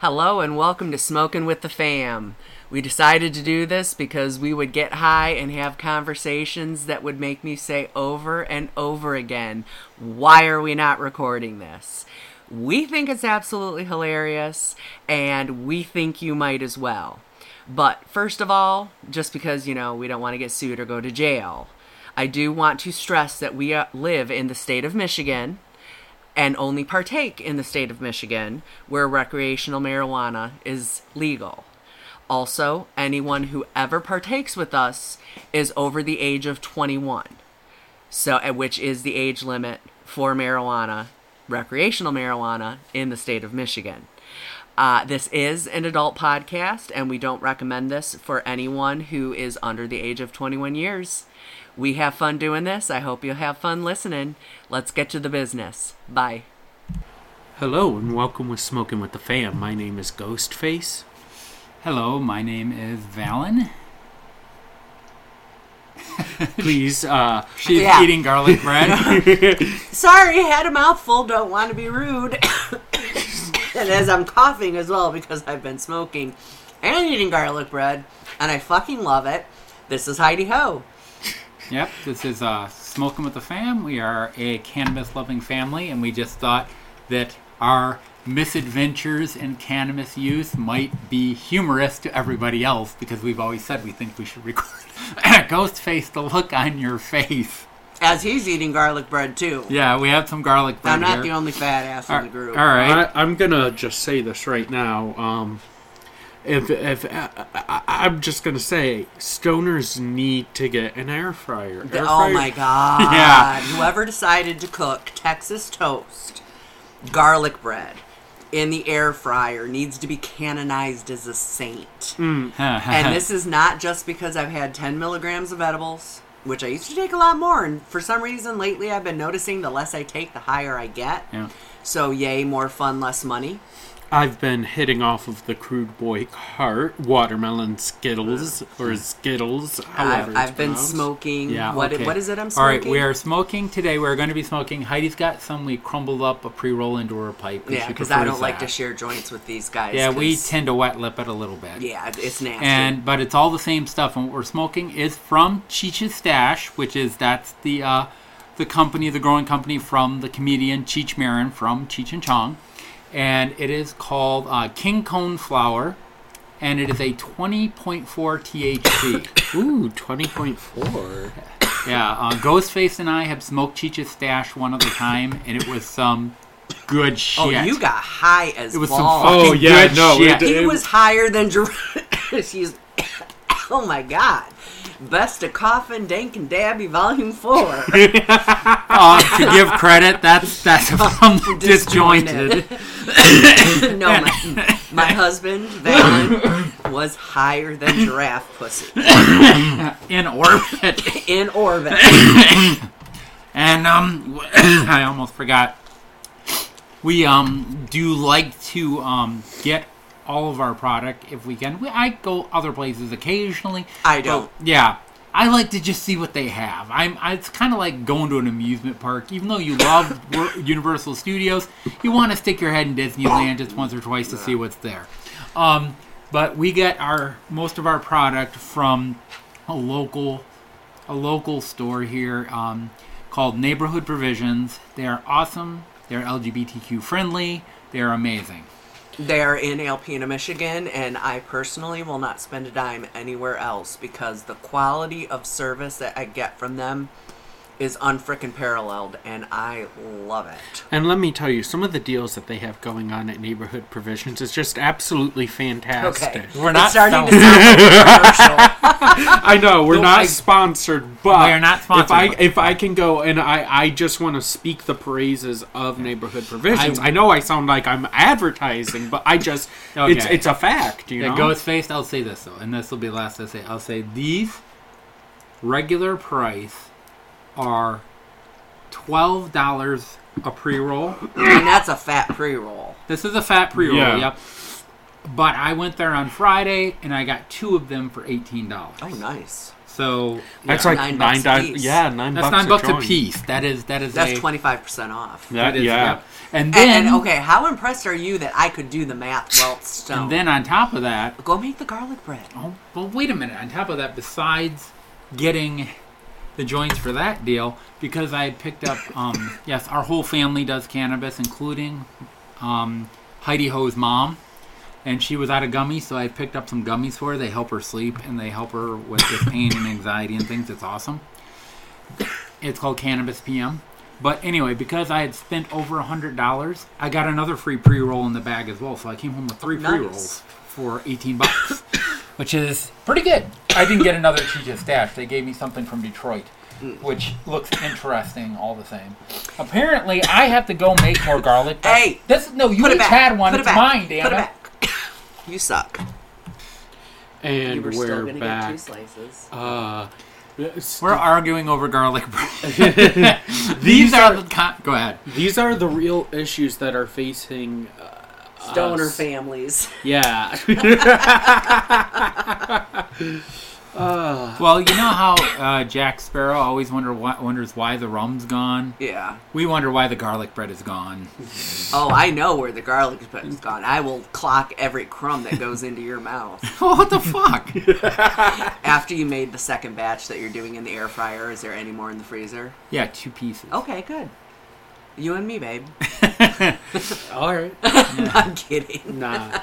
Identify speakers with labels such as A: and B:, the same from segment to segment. A: Hello and welcome to Smoking with the Fam. We decided to do this because we would get high and have conversations that would make me say over and over again, why are we not recording this? We think it's absolutely hilarious and we think you might as well. But first of all, just because, you know, we don't want to get sued or go to jail, I do want to stress that we uh, live in the state of Michigan and only partake in the state of Michigan where recreational marijuana is legal. Also, anyone who ever partakes with us is over the age of 21. So, uh, which is the age limit for marijuana, recreational marijuana in the state of Michigan. Uh, this is an adult podcast, and we don't recommend this for anyone who is under the age of 21 years. We have fun doing this. I hope you have fun listening. Let's get to the business. Bye.
B: Hello and welcome with Smoking with the Fam. My name is Ghostface.
C: Hello, my name is Valen.
B: Please, uh,
C: She's
A: Yeah.
C: eating garlic bread.
A: Sorry, had a mouthful. Don't want to be rude. and as I'm coughing as well because I've been smoking and eating garlic bread, and I fucking love it. This is Heidi Ho.
C: yep, this is uh, Smoking with the Fam. We are a cannabis loving family, and we just thought that our misadventures in cannabis use might be humorous to everybody else because we've always said we think we should record. Ghostface, the look on your face.
A: As he's eating garlic bread too.
C: Yeah, we have some garlic bread
A: I'm not
C: here.
A: the only fat ass in the group.
C: All right.
B: I, I'm gonna just say this right now. Um, if if uh, I, I, I'm just gonna say, stoners need to get an air fryer. Air
A: oh
B: fryer-
A: my god.
C: Yeah.
A: Whoever decided to cook Texas toast, garlic bread in the air fryer needs to be canonized as a
C: Mm.
A: saint.
C: Uh-huh.
A: and this is not just because I've had 10 milligrams of edibles, which I used to take a lot more. And for some reason lately, I've been noticing the less I take, the higher I get.
C: Yeah.
A: So, yay, more fun, less money.
B: I've been hitting off of the crude boy cart watermelon skittles or skittles. However,
A: I've,
B: it's
A: I've been
B: pronounced.
A: smoking.
C: Yeah.
A: what,
C: okay.
A: what is it I'm
C: All
A: smoking?
C: right, we are smoking today. We're going to be smoking. Heidi's got some. We crumbled up a pre-roll into her pipe.
A: Yeah,
C: because
A: because I don't like to share joints with these guys.
C: Yeah, we
A: 'cause-
C: tend to wet lip it a little bit.
A: Yeah, it's nasty.
C: And but it's all the same stuff. And what we're smoking is from Cheech's Stash, which is that's the uh, the company, the growing company from the comedian Cheech Marin from Cheech and Chong, and it is called uh, King Cone Flower, and it is a 20.4 THC.
B: Ooh, twenty point four.
C: Yeah, uh, Ghostface and I have smoked Cheech's stash one other time, and it was some good shit.
A: Oh, you got high as
C: it was some
A: balls.
C: fucking
B: Oh, yeah,
C: good
B: no,
C: shit.
B: it-
A: he was higher than Jer- excuse. oh my god, best of coffin, dank and dabby, volume four.
C: Uh, to give credit, that's that's from the disjointed.
A: no, my, my husband Valen was higher than giraffe pussy
C: in orbit,
A: in orbit.
C: and um, I almost forgot. We um do like to um get all of our product if we can. We, I go other places occasionally.
A: I don't.
C: Yeah. I like to just see what they have. I'm. I, it's kind of like going to an amusement park. Even though you love Wor- Universal Studios, you want to stick your head in Disneyland just once or twice to see what's there. Um, but we get our most of our product from a local, a local store here um, called Neighborhood Provisions. They are awesome. They're LGBTQ friendly. They are amazing.
A: They are in Alpena, Michigan, and I personally will not spend a dime anywhere else because the quality of service that I get from them is unfrickin' paralleled, and I love it.
B: And let me tell you, some of the deals that they have going on at Neighborhood Provisions is just absolutely fantastic.
A: Okay,
C: We're
A: It's
C: not
A: starting to
C: selling-
A: sound like a commercial.
B: I know we're
C: No,
B: not
C: I-
B: sponsored, but
C: We are not sponsored.
B: If I if I can go and I I just want to speak the praises of neighborhood provisions. I, Oh,
C: I-
B: know I sound like I'm advertising, but I just
C: Okay.
B: it's it's a fact, you
C: Yeah,
B: know.
C: Ghostface, I'll say this though, and this will be the last I say. I'll say these regular price are twelve dollars a pre roll.
A: and that's a fat pre-roll.
C: This is a fat pre roll,
B: Yeah.
C: yep. But I went there on Friday and I got two of them for eighteen dollars.
A: Oh, nice.
C: So
B: That's
C: yeah.
B: like
A: Nine
B: nine,
A: bucks a
B: di-
A: piece.
B: Yeah, nine
C: that's
B: bucks.
C: nine bucks a
B: joint.
C: piece. That is that is
A: That's
C: a-
A: twenty five percent off. And,
B: That,
C: that is-
B: yeah.
C: And then
A: and okay, how impressed are you that I could do the math, Walt Stone?
C: and then on top of that,
A: go make the garlic bread.
C: oh, well, wait a minute. On top of that, besides getting the joints for that deal, because I had picked up, um, yes, our whole family does cannabis, including um, Heidi Ho's mom. And she was out of gummies, so I picked up some gummies for her. They help her sleep and they help her with the pain and anxiety and things. It's awesome. It's called Cannabis PM. But anyway, because I had spent over a hundred dollars, I got another free pre roll in the bag as well. So I came home with three
A: Nice.
C: pre rolls for eighteen bucks, which is pretty good. I didn't get another TJ stash. They gave me something from Detroit, which looks interesting all the same. Apparently, I have to go make more garlic.
A: Hey,
C: this no, you
A: Put it
C: each
A: back.
C: had one.
A: Put
C: it's
A: it back.
C: mine, damn
A: Put
C: it.
A: it back. you suck.
B: And
A: you were
B: we're
A: still gonna get
B: back.
A: two slices.
B: uh, s-
C: We're arguing over garlic bread. These are the con- go ahead.
B: these are the real issues that are facing. Uh,
A: Stoner
B: us.
A: families.
B: Yeah.
C: Well, you know how uh, Jack Sparrow always wonder why, wonders why the rum's gone.
A: Yeah.
C: We wonder why the garlic bread is gone.
A: Oh, I know where the garlic bread is gone. I will clock every crumb that goes into your mouth.
C: what the fuck?
A: After you made the second batch that you're doing in the air fryer, is there any more in the freezer?
C: yeah, two pieces.
A: Okay, good. You and me, babe.
B: All right.
A: I'm kidding.
B: Nah.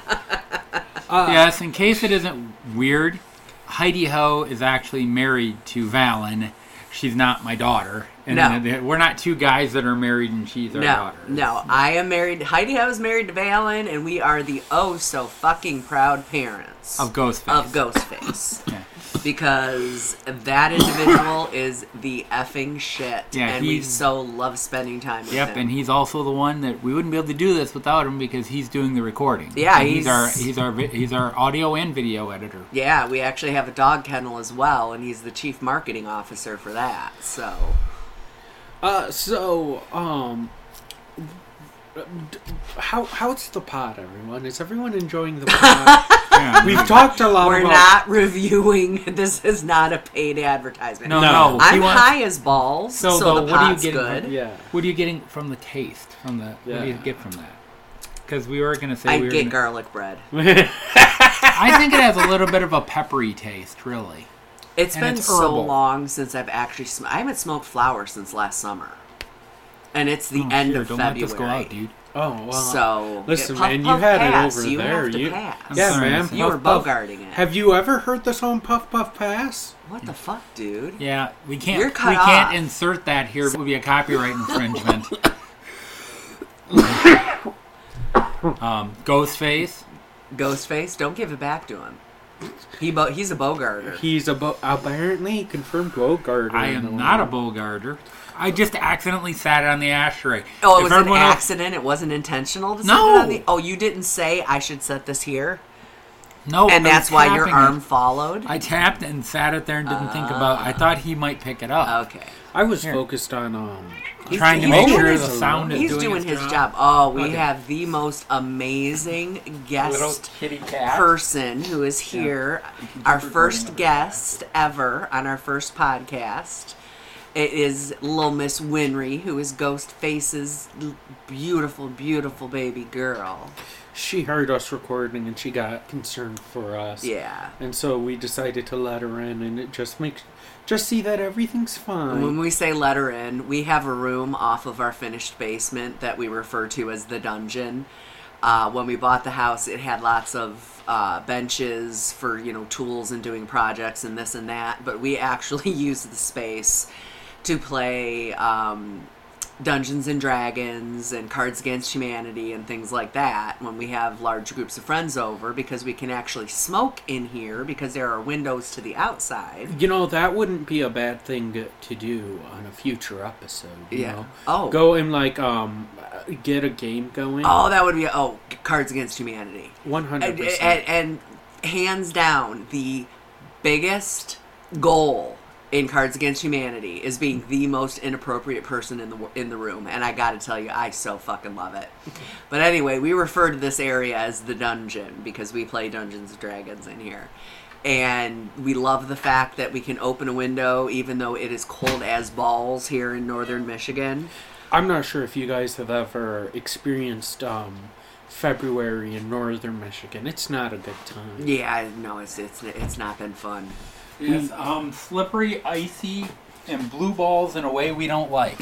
C: Yes, in case it isn't weird, Heidi Ho is actually married to Valen. She's not my daughter, and
A: No.
C: then we're not two guys that are married and she's our
A: No,
C: daughter.
A: no. I am married. Heidi Ho is married to Valen, and we are the oh so fucking proud parents
C: of Ghostface.
A: of Ghostface.
C: Yeah.
A: because that individual is the effing shit,
C: Yeah,
A: and we
C: he's-
A: so love spending time with
C: Yep,
A: him.
C: and he's also the one that we wouldn't be able to do this without him because he's doing the recording.
A: Yeah,
C: And he's, our
A: he's-
C: he's our vi- he's our audio and video editor.
A: yeah, we actually have a dog kennel as well, and he's the chief marketing officer for that. So
B: Uh, so, um, d- how how's the pod, everyone? Is everyone enjoying the pod?
C: Yeah.
B: We've talked a lot
A: we're
B: about.
A: not reviewing. This is not a paid advertisement.
C: no,
B: No.
C: no. he
A: I'm
C: wants-
A: high as balls, so,
C: So, though,
A: the
C: what are you
A: pot's
C: getting
A: good.
C: from-
B: Yeah.
C: What are you getting from the taste? From the what do you
B: Yeah.
C: get from that? Because we were gonna say
A: I
C: we were
A: get
C: gonna-
A: garlic bread.
C: I think it has a little bit of a peppery taste, really.
A: It's
C: And
A: been
C: it's
A: so
C: herbal.
A: long since I've actually sm- I haven't smoked flour since last summer, and it's the
C: Oh,
A: end
C: shit,
A: of
C: don't
A: February.
C: let this go out, dude.
B: Oh well.
C: Uh-huh.
A: So
B: listen,
A: puff,
B: man, you
A: puff,
B: had
A: pass.
B: it over
A: you
B: there.
A: Have to
B: you,
A: pass.
B: yeah,
C: sorry,
B: man.
C: Sam.
A: You
B: puff,
A: were
B: puff.
A: bogarting it.
B: Have you ever heard the song "Puff Puff Pass"?
A: what the fuck, dude?
C: Yeah, we can't.
A: You're cut
C: we
A: off.
C: can't insert that here. It would be a copyright infringement. um, Ghostface.
A: Ghostface, don't give it back to him. He bo- he's a bogarter.
B: He's a bo- apparently he confirmed bogarter.
C: I
B: in the
C: am not a
B: world.
C: Bogarder. I just accidentally sat on the ashtray.
A: oh, it
C: If
A: was an
C: everyone else-
A: accident. It wasn't intentional. To sit
C: No.
A: it on the- oh, you didn't say I should set this here,
C: No,
A: and
C: I was
A: that's why your
C: tapping Oh, it.
A: arm followed.
C: I tapped and sat it there and didn't think about. I thought he might pick it up,
A: okay.
B: I was focused on um.
A: He's-
C: trying to
A: he's
C: make
A: doing
C: sure the
A: his-
C: sound is
A: He's
C: doing,
A: doing his job. Oh, we have the most amazing guest
C: kitty cat.
A: person who is here, our first guest ever on our first podcast. It is little Miss Winry, who is Ghostface's l- beautiful, beautiful baby girl.
B: She heard us recording and she got concerned for us.
A: Yeah.
B: And so we decided to let her in, and it just makes just see that everything's fine.
A: When we say let her in, we have a room off of our finished basement that we refer to as the dungeon. Uh, when we bought the house, it had lots of uh, benches for you know tools and doing projects and this and that. But we actually used the space to play um, Dungeons and Dragons and Cards Against Humanity and things like that when we have large groups of friends over because we can actually smoke in here because there are windows to the outside.
B: You know, that wouldn't be a bad thing to, to do on a future episode. You
A: Yeah.
B: Know?
A: Oh.
B: Go and, like, um, get a game going.
A: Oh, that would be oh, Cards Against Humanity,
B: 100%.
A: and, and, and hands down the biggest goal in Cards Against Humanity is being the most inappropriate person in the wo- in the room, and I got to tell you, I so fucking love it. But anyway, we refer to this area as the dungeon because we play Dungeons and Dragons in here. And we love the fact that we can open a window even though it is cold as balls here in northern Michigan.
B: I'm not sure if you guys have ever experienced um, February in northern Michigan. It's not a good time.
A: Yeah, no, it's it's it's not been fun.
C: Yes, um, slippery, icy, and blue balls in a way we don't like.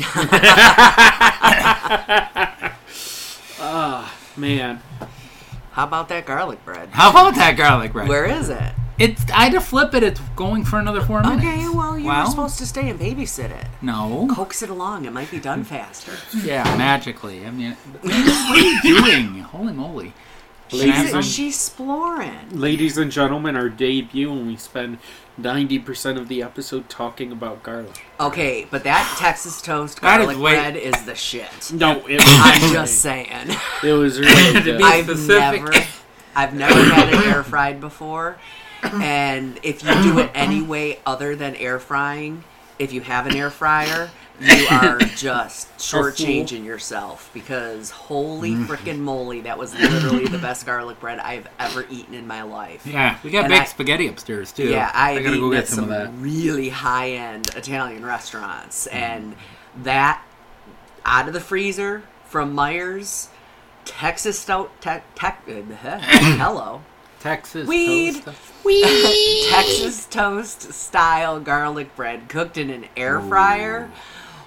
B: Man,
A: How about that garlic bread?
C: How about that garlic bread?
A: Where is it?
C: It's I had to flip it. It's going for another four minutes.
A: Okay, well you were supposed to stay and babysit it.
C: no.
A: Coax it along. It might be done faster.
C: Yeah, magically. I mean, what are you doing? Holy moly!
B: ladies
A: She's,
B: and,
A: she's exploring.
B: ladies and gentlemen, our debut, and we spend ninety percent of the episode talking about garlic.
A: Okay, but that Texas toast
C: That is
A: garlic
C: way-
A: bread is the shit.
B: No, it
A: I'm
B: was
A: just saying.
B: it was really
C: To
B: good.
C: be
A: I've
C: specific.
A: never, I've never had it air fried before, and if you do it any way other than air frying, if you have an air fryer, you are just shortchanging yourself because holy
C: Mm-hmm.
A: frickin' moly, that was literally the best garlic bread I've ever eaten in my life.
C: Yeah, we got
A: And
C: baked
A: I-
C: spaghetti upstairs too.
A: Yeah, I,
C: I
A: have
C: gotta go
A: eaten
C: get
A: at
C: some of that. Mm-hmm.
A: really high end Italian restaurants, and that out of the freezer from Myers, Texas stout, te- tec- uh, hello,
C: Texas
A: weed,
C: toast.
A: weed, Texas toast style garlic bread cooked in an air fryer.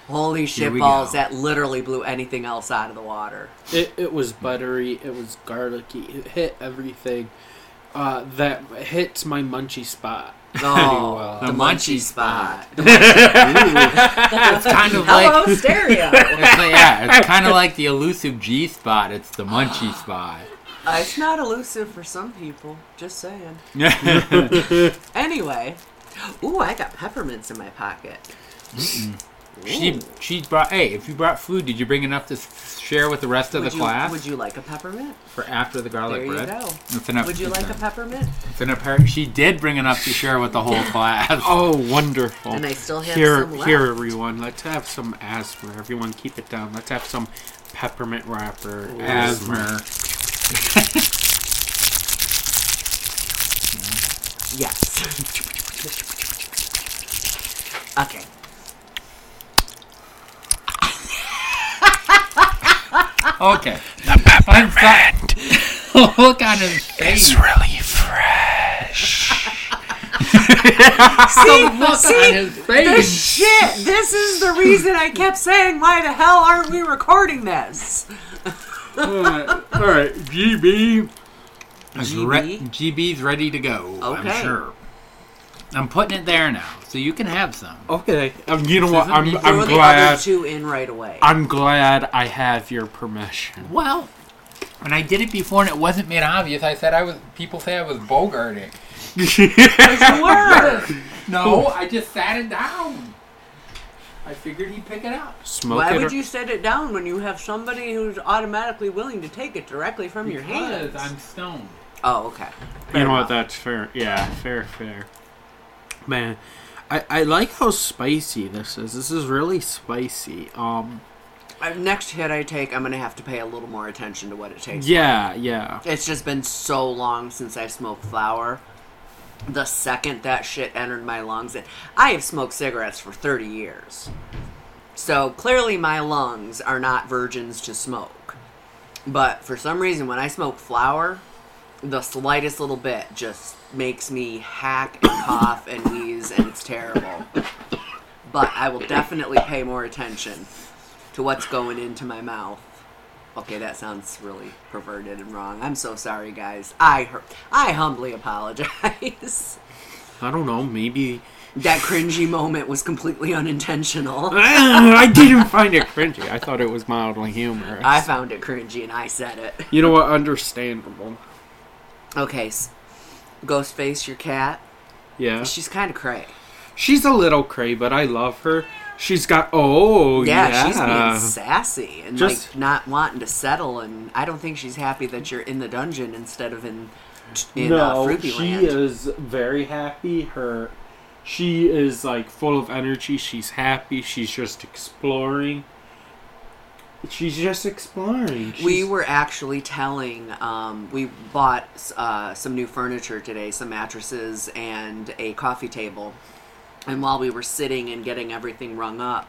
A: Holy shit
C: we
A: balls!
C: go.
A: That literally blew anything else out of the water.
B: It, it was buttery. It was garlicky. It hit everything. Uh, that hits my munchy spot.
A: Oh,
B: well.
A: the,
C: The
A: munchy
C: munchy
A: spot.
C: It's kind of like
A: Hello, stereo.
C: it's like- yeah, it's kind of like the elusive G spot. It's the munchy spot.
A: Uh, it's not elusive for some people. Just saying. Anyway, ooh, I got peppermints in my pocket.
C: she she brought. Hey, if you brought food, did you bring enough to s- share with the rest of
A: Would
C: the
A: you,
C: class
A: Would you like a peppermint?
C: for after the garlic
A: There
C: bread?
A: you go.
C: It's enough.
A: Would you
C: it's
A: like a
C: enough.
A: peppermint?
C: It's an apparent she did bring enough to share with the whole class.
B: Oh, wonderful!
A: And I still have
B: here,
A: some left.
B: here, everyone. Let's have some asthma. Everyone, keep it down. Let's have some peppermint wrapper asthma.
C: Asthma.
A: Yes. okay.
C: Okay. The peppermint. Look on his face.
B: Really fresh.
C: The look on his
A: This
C: face.
A: shit. This is the reason I kept saying, "Why the hell aren't we recording this?"
B: all right, GB.
C: It's
A: GB?
C: re- GB's ready to go.
A: Okay.
C: I'm sure. I'm putting it there now, so you can have some.
B: Okay. Um, you know what?
C: Doesn't
B: I'm,
C: need-
A: Throw
B: I'm
A: the
B: glad.
A: other two in right away.
B: I'm glad I have your permission.
C: Well, when I did it before and it wasn't made obvious, I said I was. People say I was bogarting.
A: Word.
C: No, I just sat it down. I figured he'd pick it up.
B: Smoke
A: Why
B: it.
A: would
B: or-
A: you set it down when you have somebody who's automatically willing to take it directly from your hands?
C: Because I'm stoned.
A: Oh, okay.
B: You know what? That's fair. Yeah, fair, fair. Man, I, I like how spicy this is. This is really spicy. Um,
A: Uh, Next hit I take, I'm gonna have to pay a little more attention to what it tastes.
B: yeah, yeah.
A: like. It's just been so long since I smoked flower. The second that shit entered my lungs, and I have smoked cigarettes for 30 years, so clearly my lungs are not virgins to smoke. But for some reason, when I smoke flower, the slightest little bit just makes me hack and cough and wheeze, and it's terrible. But I will definitely pay more attention to what's going into my mouth. Okay, that sounds really perverted and wrong. I'm so sorry, guys. I hu- I humbly apologize.
B: I don't know. Maybe
A: that cringy moment was completely unintentional.
B: I didn't find it cringy. I thought it was mildly humorous.
A: I found it cringy and I said it.
B: you know what? Understandable.
A: Okay, s- Ghostface, your cat.
B: Yeah,
A: She's kind of cray.
B: she's a little cray, but I love her. She's got oh
A: Yeah,
B: yeah.
A: she's being sassy and
B: Just-
A: like not wanting to settle. And I don't think she's happy that you're in the dungeon instead of in in uh,
B: no,
A: Fruity
B: she
A: Land.
B: is very happy. Her, she is like full of energy. She's happy. She's just exploring. She's just exploring. She's,
A: We were actually telling. Um, we bought uh, some new furniture today, some mattresses and a coffee table. And while we were sitting and getting everything rung up,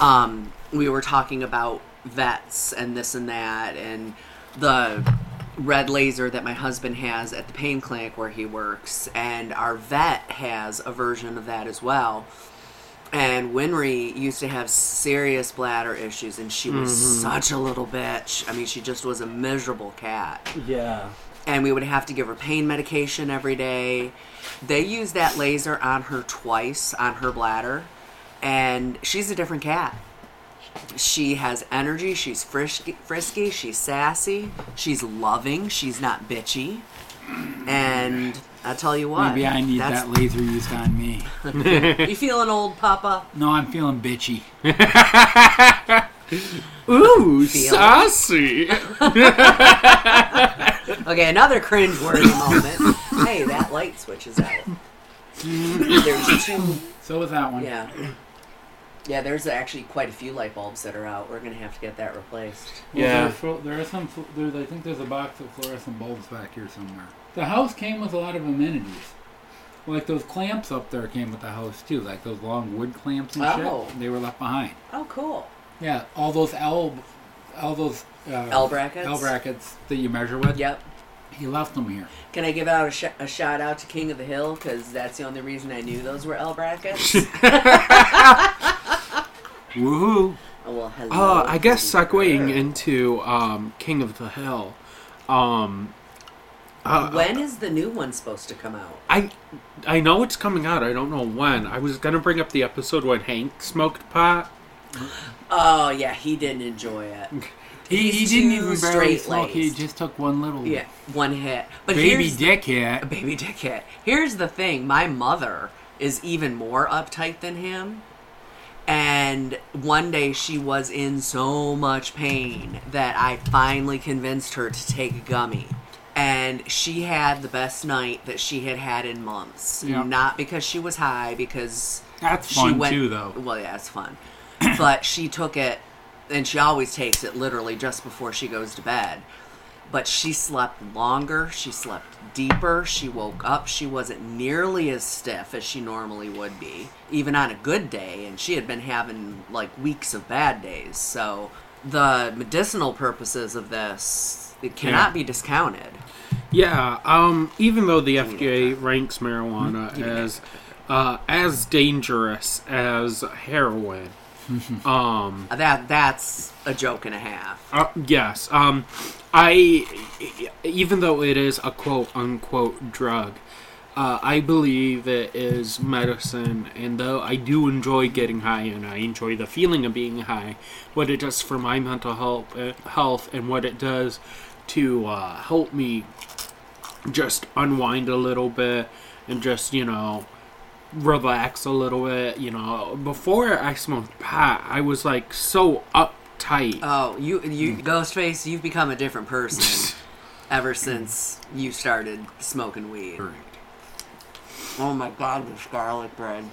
A: um, we were talking about vets and this and that, and the red laser that my husband has at the pain clinic where he works, and our vet has a version of that as well. And Winry used to have serious bladder issues, and she was
C: Mm-hmm.
A: such a little bitch. I mean, she just was a miserable cat.
B: yeah.
A: And we would have to give her pain medication every day. They used that laser on her twice on her bladder, and she's a different cat. She has energy, she's frisky, frisky she's sassy, she's loving, she's not bitchy. And I tell you what,
C: Maybe I need that laser used on me.
A: You feeling old, Papa?
C: No, I'm feeling bitchy.
B: Ooh,
A: Feel it.
B: saucy.
A: Okay, another cringe-worthy moment. Hey, that light switches out. There's two.
C: So was that one.
A: Yeah. Yeah, there's actually quite a few light bulbs that are out. We're gonna have to get that replaced.
C: Well,
B: Yeah.
C: there are fl- there are some. fl- There's, I think there's a box of fluorescent bulbs back here somewhere. The house came with a lot of amenities. Like those clamps up there came with the house too, like those long wood clamps and
A: Oh.
C: shit. They were left behind.
A: Oh, cool.
C: Yeah, all those L, all those uh,
A: L brackets?
C: L brackets that you measure with.
A: Yep.
C: he left them here.
A: Can I give out a, sh- a shout out to King of the Hill because that's the only reason I knew those were L brackets.
B: Woohoo.
A: oh, well, hello.
B: Uh, I guess segueing into um, King of the Hill. Um,
C: uh,
A: When is the new one supposed to come out?
B: I I know it's coming out. I don't know when. I was gonna bring up the episode when Hank smoked pot.
A: Oh yeah, he didn't enjoy it.
C: He, he
A: He's
C: didn't
A: too
C: even barely smoke.
A: straight-laced.
C: He just took one little
A: Yeah, one hit. But
C: baby
A: here's,
C: dick hit.
A: baby dickhead. Here's the thing my mother is even more uptight than him. And one day she was in so much pain that I finally convinced her to take a gummy. And she had the best night that she had had in months.
C: Yeah.
A: Not because she was high, because
C: That's fun too, though.
A: well, yeah, it's fun. but she took it, and she always takes it literally just before she goes to bed. But she slept longer. She slept deeper. She woke up. She wasn't nearly as stiff as she normally would be, even on a good day. And she had been having like weeks of bad days. So the medicinal purposes of this it cannot
B: Yeah.
A: be discounted.
B: Yeah. Um, even though the FDA ranks marijuana as uh, as dangerous as heroin. um,
A: Uh, That that's a joke and a half.
B: Uh, yes. Um, I, even though it is a quote unquote drug, uh, I believe it is medicine. And though I do enjoy getting high and I enjoy the feeling of being high, what it does for my mental health, uh, health and what it does to uh, help me just unwind a little bit and just, you know, relax a little bit. You know, before I smoked pot, I was like so uptight.
A: Oh, you you Ghostface, you've become a different person ever since you started smoking weed. Oh my god, this garlic bread.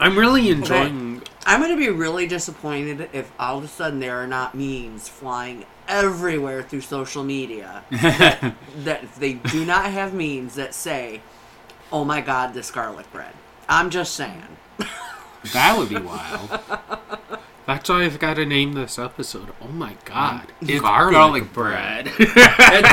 B: I'm really enjoying.
A: I'm gonna be really disappointed if all of a sudden there are not memes flying everywhere through social media that if they do not have memes that say, "Oh my god, this garlic bread." I'm just saying.
C: That would be wild.
B: That's why I've got to name this episode. Oh my god,
C: It's garlic, bread. It's-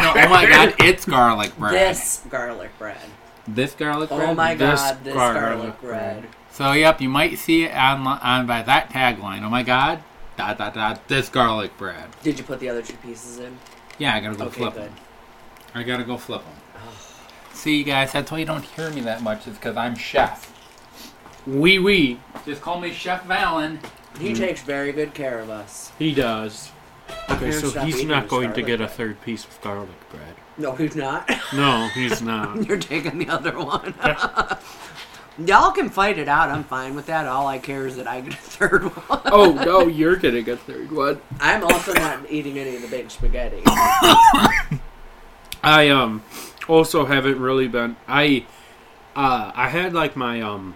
C: no, oh my god, it's garlic bread.
A: This garlic bread.
C: This garlic bread.
A: Oh my
B: This
A: god, this
B: garlic
A: garlic, bread.
C: So yep, you might see it on on by that tagline. Oh my god, dot dot dot. This garlic bread.
A: Did you put the other two pieces in?
C: Yeah, I gotta go
A: Okay,
C: flip
A: good.
C: them. I gotta go flip them. See, you guys, that's why you don't hear me that much. Is because I'm chef.
B: Wee wee.
C: Just call me Chef Valen.
A: He
B: Mm-hmm.
A: takes very good care of us.
B: He does. Okay,
A: Here,
B: so
A: stop
B: he's
A: eating
B: not
A: this
B: going to
A: garlic
B: get a
A: bread.
B: third piece of garlic bread.
A: No, he's not.
B: No, he's not.
A: You're taking the other one. Y'all can fight it out. I'm fine with that. All I care is that I get a third one.
B: oh no, you're getting a third one.
A: I'm also not eating any of the big spaghetti.
B: I um also haven't really been. I uh I had like my um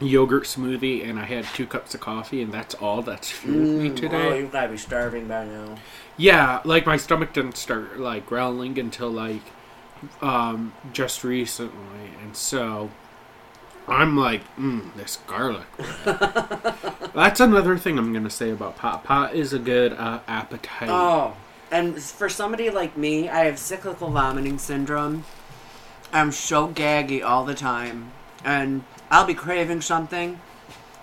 B: yogurt smoothie and I had two cups of coffee, and that's all that's fueled me today.
D: Oh, you gotta be starving by now.
B: Yeah, like my stomach didn't start like growling until like um just recently, and so I'm like, mm, this garlic. bread." That's another thing I'm gonna say about pot. Pot is a good uh, appetite.
A: Oh, and for somebody like me, I have cyclical vomiting syndrome. I'm so gaggy all the time, and I'll be craving something.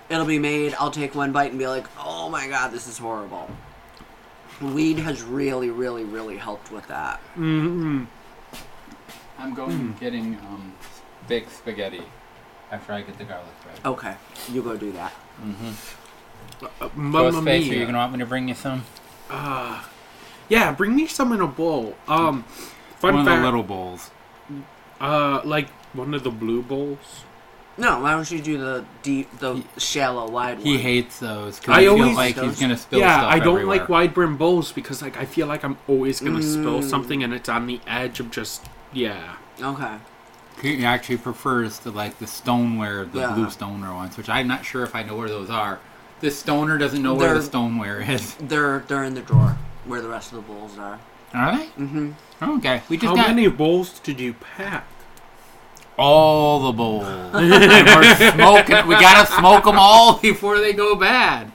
A: It'll be made. I'll take one bite and be like, "Oh my god, this is horrible." Weed has really, really, really helped with that.
B: Mm-hmm.
E: I'm going
A: Hmm.
E: and getting um, baked spaghetti after I get the garlic bread.
A: Okay, you go do that.
B: Uh,
E: Ghost
B: Mamma
E: face, are you
B: mia.
E: gonna want me to bring you some?
B: Yeah, bring me some in a bowl. Um, fun
C: One of
B: fact,
C: the little bowls.
B: uh, like one of the blue bowls.
A: No, why don't you do the deep, the shallow, wide
C: He
A: one?
C: hates
B: I
C: those because he
B: always-
C: feels like
A: those-
C: he's gonna spill
B: yeah,
C: stuff
B: I don't
C: everywhere.
B: like wide brim bowls because like I feel like I'm always gonna spill something, and it's on the edge of just yeah.
A: okay,
C: He actually prefers to like the stoneware, the
A: Yeah.
C: blue stoneware ones, which I'm not sure if I know where those are. The stoner doesn't know where
A: They're-
C: the stoneware is.
A: they're they're in the drawer where the rest of the bowls are.
C: Are they? Mm-hmm. Okay, we just
B: How
C: got
B: many bowls did you pack?
C: all the bowls. And we're smoking. We gotta smoke them all before they go bad.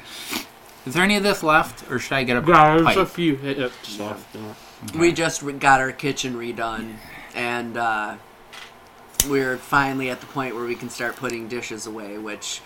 C: Is there any of this left, or should I get a
B: There's
C: pipe?
B: a few hits left.
A: We just re- got our kitchen redone, and uh, we're finally at the point where we can start putting dishes away, which,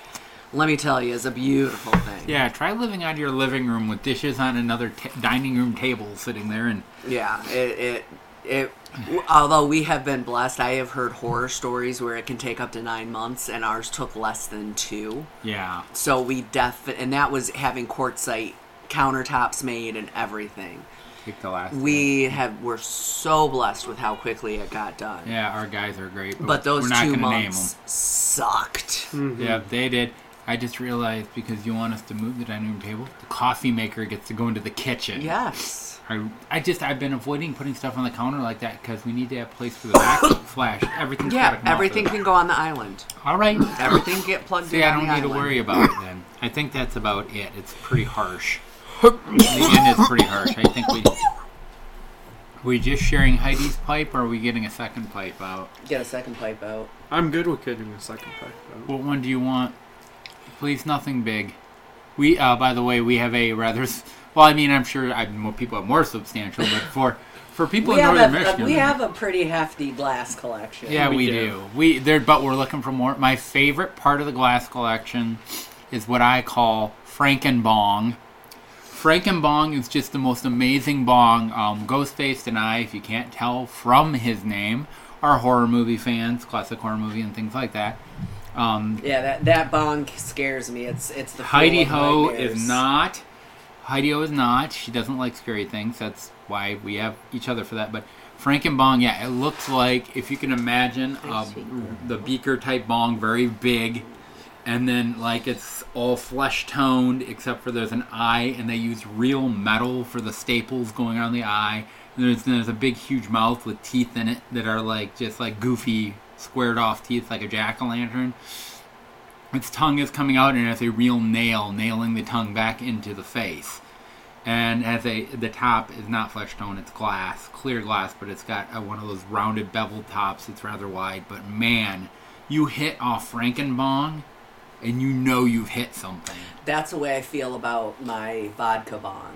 A: let me tell you, is a beautiful thing.
C: yeah, try living out of your living room with dishes on another t- dining room table sitting there, and
A: Yeah, it. it it, w- although we have been blessed, I have heard horror stories where it can take up to nine months, and ours took less than two.
C: yeah,
A: So we def and that was having quartzite countertops made and everything.
C: take the last.
A: We have were so blessed with how quickly it got done.
C: Yeah, our guys are great,
A: But those
C: we're not
A: two
C: gonna name
A: months sucked.
C: them. Yeah, they did. I just realized because you want us to move the dining room table, the coffee maker gets to go into the kitchen.
A: Yes.
C: I, I just I've been avoiding putting stuff on the counter like that because we need to have place for the back flash. Everything's
A: Yeah,
C: gotta come off
A: everything
C: of it.
A: can go on the island.
C: All right.
A: Everything can get plugged in.
C: See, I
A: on
C: don't
A: the
C: need to
A: island.
C: worry about it then. I think that's about it. It's pretty harsh. the end is pretty harsh. I think we. We just sharing Heidi's pipe, or are we getting a second pipe out?
A: Get a second pipe out.
B: I'm good with getting a second pack. Though.
C: What one do you want? Please, nothing big. We, uh, by the way, we have a rather. s- Well, I mean, I'm sure I, more people have more substantial, but for for people
A: We
C: in
A: have,
C: northern
A: a,
C: Michigan,
A: we have a pretty hefty glass collection.
C: Yeah,
B: We
C: we,
B: do.
C: do. We there, but we're looking for more. My favorite part of the glass collection is what I call Frankenbong. Frankenbong is just the most amazing bong. Um, Ghostface and I, if you can't tell from his name, are horror movie fans, classic horror movie, and things like that. Um,
A: Yeah, that, that bong scares me. It's it's the fuel
C: Heidi
A: of
C: Ho
A: nightmares.
C: is not. Heidi Ho is not. She doesn't like scary things. That's why we have each other for that. But Frankenbong, yeah, it looks like if you can imagine a, the beaker type bong, very big, and then like it's all flesh toned except for there's an eye, and they use real metal for the staples going on the eye. And there's there's a big huge mouth with teeth in it that are like just like goofy squared off teeth like a jack o' lantern. Its tongue is coming out, and it has a real nail nailing the tongue back into the face. And has a the top is not flesh tone; it's glass, clear glass, but it's got uh one of those rounded beveled tops. It's rather wide, but man, you hit off Frankenbong, and you know you've hit something.
A: That's the way I feel about my vodka bong.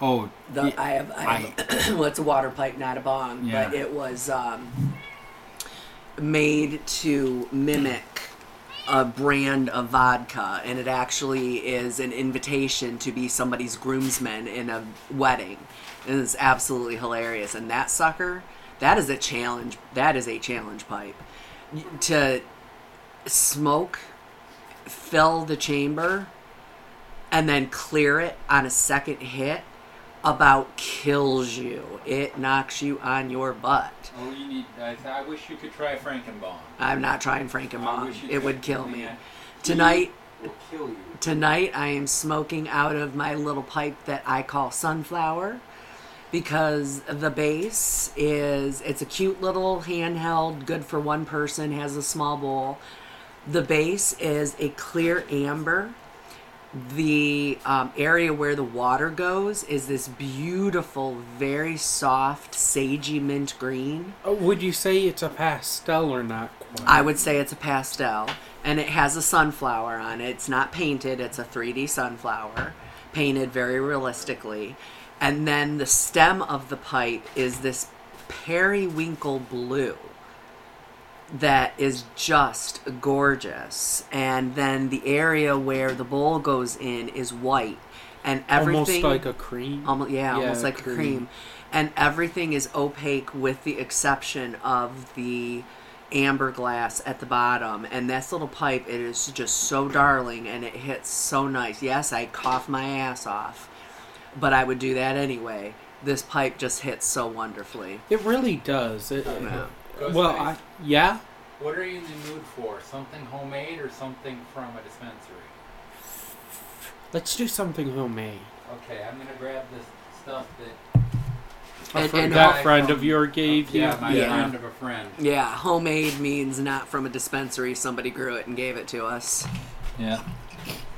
C: Oh,
A: The, I have, I have well, it's a water pipe, not a bong, but
C: Yeah.
A: it was um, made to mimic a brand of vodka, and it actually is an invitation to be somebody's groomsman in a wedding. And it's absolutely hilarious. And that sucker, that is a challenge. That is a challenge pipe. Y- To smoke, fill the chamber, and then clear it on a second hit about kills you. It knocks you on your butt.
E: Oh, you need. I, I wish you could try Frankenbong.
A: I'm not trying
E: I
A: Frankenbong.
E: wish you
A: It would
E: could,
A: kill me.
E: man.
A: Tonight
E: Will kill you.
A: tonight I am smoking out of my little pipe that I call sunflower because the base is it's a cute little handheld good for one person has a small bowl The base is a clear amber. The um, area where the water goes is this beautiful, very soft, sagey mint green.
B: Uh, Would you say it's a pastel or not? Quite?
A: I would say it's a pastel, and it has a sunflower on it. It's not painted, it's a 3D sunflower, painted very realistically. And then the stem of the pipe is this periwinkle blue that is just gorgeous. And then the area where the bowl goes in is white, and everything
B: almost like a cream.
A: almost yeah, almost
B: Yeah,
A: like
B: cream.
A: a cream and everything is opaque with the exception of the amber glass at the bottom and this little pipe it is just so darling and it hits so nice yes i cough my ass off but i would do that anyway this pipe just hits so wonderfully
B: it really does. It, it-
A: Yeah.
B: well, I, yeah.
E: What are you in the mood for? Something homemade or something from a dispensary?
B: Let's do something homemade.
E: Okay, I'm gonna grab this stuff that
B: A
A: And-
B: fr-
A: and
B: that
E: ho-
B: friend of yours gave you.
E: yeah, my
A: Yeah.
E: friend of a friend.
A: yeah homemade means not from a dispensary somebody grew it and gave it to us
E: Yeah.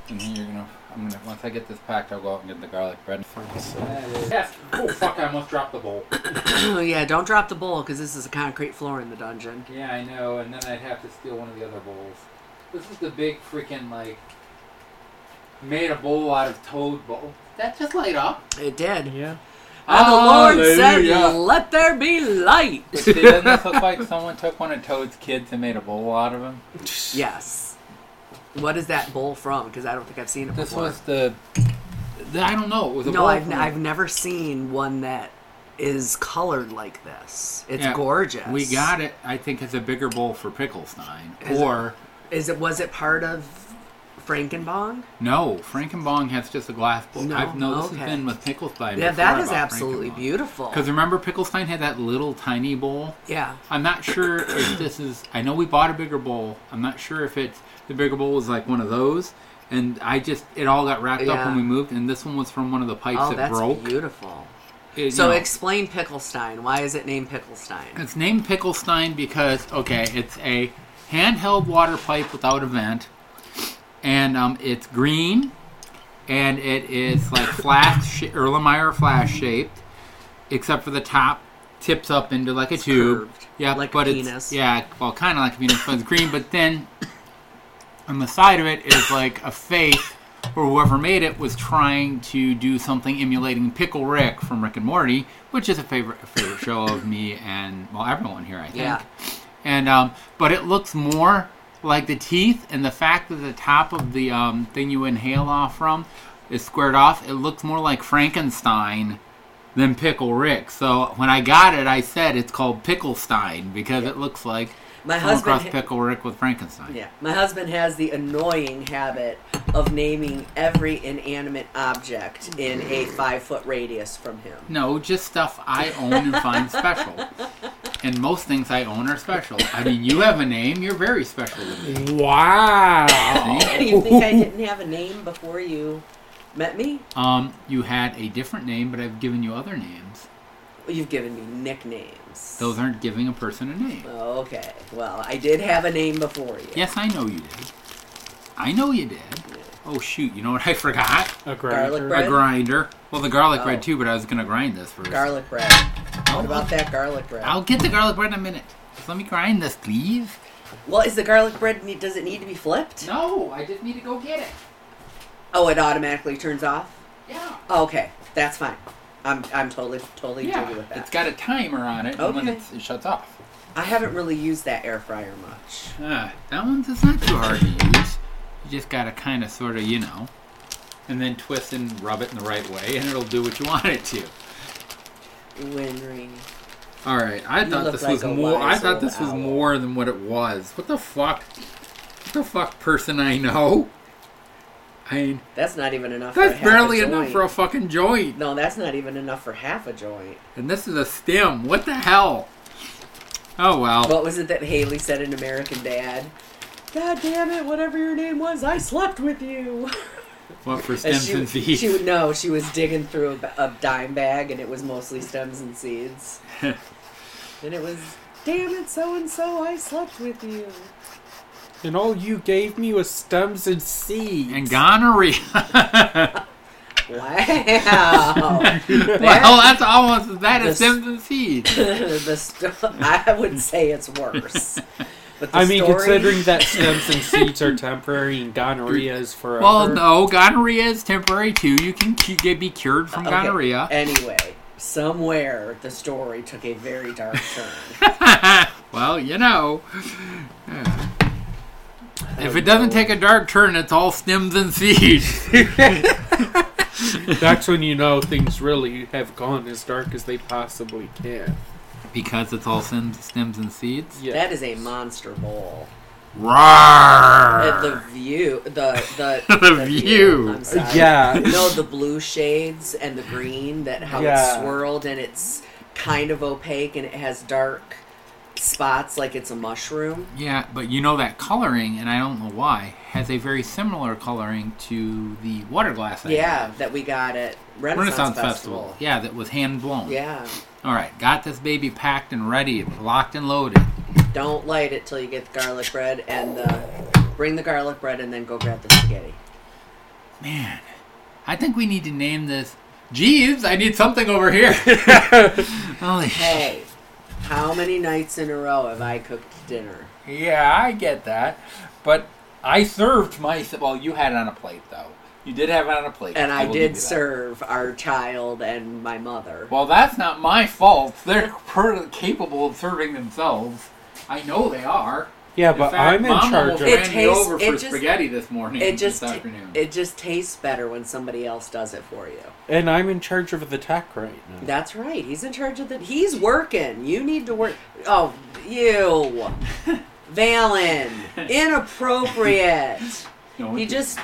E: And then you're gonna. I'm gonna. Once I get this packed, I'll go out and get the garlic bread. Yes. Oh fuck! I almost dropped the bowl.
A: oh yeah don't drop the bowl because this is a concrete floor in the dungeon
E: Yeah, I know. And then I'd have to steal one of the other bowls. This is the big freaking like made a bowl out of toad bowl. That just light up.
A: it did
B: Yeah.
C: Oh,
A: And the Lord
E: Ah, Hallelujah.
A: said, "Let there be light."
E: But see, doesn't this look like someone took one of Toad's kids and made a bowl out of him?
A: Yes. What is that bowl from? Because I don't think I've seen it
E: This
A: before.
E: was the.
C: Th- I don't know. It was a
A: no,
C: bowl
A: I've,
C: from-
A: I've never seen one that is colored like this. It's
C: Yeah.
A: gorgeous.
C: We got it. I think it's a bigger bowl for Picklestein.
A: Is it-
C: or
A: Is it? Was it part of Frankenbong?
C: no, Frankenbong has just a glass bowl.
A: No,
C: I've no. This has
A: okay.
C: been with Picklestein.
A: Yeah, that is absolutely beautiful.
C: Because remember, Picklestein had that little tiny bowl.
A: Yeah.
C: I'm not sure if this is. I know we bought a bigger bowl. I'm not sure if it's the bigger bowl was like one of those. And I just it all got wrapped up when
A: Yeah.
C: we moved. And this one was from one of the pipes
A: Oh,
C: that
A: that's
C: broke.
A: beautiful.
C: It-
A: So
C: you know,
A: explain Picklestein. Why is it named Picklestein?
C: It's named Picklestein because okay, it's a handheld water pipe without a vent, and um, it's green, and it is like flash sh- Erlenmeyer flash shaped, except for the top tips up into like a tube.
A: curved,
C: yeah,
A: like a
C: but
A: penis.
C: it's yeah, well, kind of like a penis, but it's green. But then on the side of it is like a face. Or whoever made it was trying to do something emulating Pickle Rick from Rick and Morty, which is a favorite a favorite show of me and well everyone here, I think.
A: Yeah.
C: And um, but it looks more like the teeth and the fact that the top of the um, thing you inhale off from is squared off. It looks more like Frankenstein than Pickle Rick. So when I got it, I said it's called Picklestein because it looks like
A: My
C: someone
A: husband
C: crossed
A: ha-
C: Pickle Rick with Frankenstein.
A: Yeah. My husband has the annoying habit of naming every inanimate object in a five foot radius from him.
C: No, just stuff I own and find special. And most things I own are special. I mean, you have a name. You're very special to me.
B: Wow.
C: See?
A: you think I didn't have a name before you met me?
C: Um, you had a different name, but I've given you other names.
A: Well, you've given me nicknames.
C: Those aren't giving a person a name.
A: Oh, okay. Well, I did have a name before you.
C: Yes, I know you did. I know you did. Oh shoot! You know what I forgot?
B: A
A: Garlic
B: grinder.
A: bread?
C: A grinder. Well, the garlic
A: Oh.
C: bread too, but I was gonna grind this first.
A: Garlic bread.
C: Oh,
A: What about that garlic bread?
C: I'll get the garlic bread in a minute. Just let me grind this, please.
A: Well, is the garlic bread, ne- does it need to be flipped?
E: No, I just need to go get it.
A: Oh, it automatically turns off? Oh,
E: Yeah.
A: Okay, that's fine. I'm, I'm totally, totally
C: yeah,
A: good with that.
C: it's got a timer on it, and when
A: Okay.
C: it's, it shuts off.
A: I haven't really used that air fryer much.
C: Ah, that one's it's not too hard to use. You just gotta kind of, sort of, you know, and then twist and rub it in the right way, and it'll do what you want it to.
A: Winry.
C: All right, I
A: You
C: thought
A: look
C: this
A: like
C: was
A: a
C: more. I
A: wise
C: thought
A: old
C: this was
A: owl.
C: more than what it was. What the fuck? What the fuck, person I know? I mean,
A: That's not even enough for a
C: that's
A: half a
C: barely enough
A: joint.
C: for a fucking joint.
A: No, that's not even enough for half a joint.
C: And this is a stem. What the hell? Oh well.
A: What was it that Haley said in American Dad? God damn it, whatever your name was, I slept with you.
C: What for
A: And
C: stems and
A: she,
C: seeds?
A: she would know she was digging through a, ba- a dime bag and it was mostly stems and seeds. and it was, damn it, so and so, I slept with you.
B: And all you gave me was stems and seeds.
C: And gonorrhea.
A: Wow.
C: well, that's almost that is
A: This-
C: stems and seeds.
A: the sto- I would say it's worse. But the
B: I mean,
A: story-
B: considering that stems and seeds are temporary and gonorrhea is forever.
C: Well, no, gonorrhea is temporary too. You can cu- get be cured from
A: Okay,
C: gonorrhea.
A: Anyway, somewhere the story took a very dark turn.
C: well, you know, if it doesn't take a dark turn, it's all stems and seeds.
B: That's when you know things really have gone as dark as they possibly can.
C: because it's all stems, stems and seeds.
B: Yeah.
A: That is a monster bowl. Uh,
C: Roar!
A: the view, the the
C: The view.
A: I'm sorry.
B: Yeah.
A: No, the blue shades and the green that how
B: Yeah.
A: it's swirled and it's kind of opaque and it has dark spots like it's a mushroom.
C: Yeah, but you know that coloring, and I don't know why, has a very similar coloring to the water glass. I
A: Yeah, that we got at
C: had.
A: Renaissance,
C: Renaissance Festival.
A: Festival.
C: Yeah, that was hand blown.
A: Yeah.
C: All right, got this baby packed and ready, locked and loaded.
A: Don't light it till you get the garlic bread and the bring the garlic bread and then go grab the spaghetti.
C: Man, I think we need to name this. Jeeves, I need something over here. Holy sh-
A: Hey, how many nights in a row have I cooked dinner?
C: Yeah, I get that, but I served my. Well, you had it on a plate though. You did have it on a plate,
A: And I,
C: will give you
A: did
C: that.
A: serve our child and my mother.
C: Well, that's not my fault. They're per- capable of serving themselves. I know they are.
B: Yeah, but
C: fact,
B: I'm in
C: Mama
B: charge
C: will
B: of
A: It
C: ran me
A: tastes-
C: over
A: it
C: for
A: just-
C: spaghetti this morning.
A: it just
C: this
A: ta-
C: afternoon.
A: it just tastes better when somebody else does it for you.
B: and I'm in charge of the tech right now.
A: That's right. He's in charge of the. He's working. You need to work. Oh, you, Valen, inappropriate.
C: No,
A: He
C: it-
A: just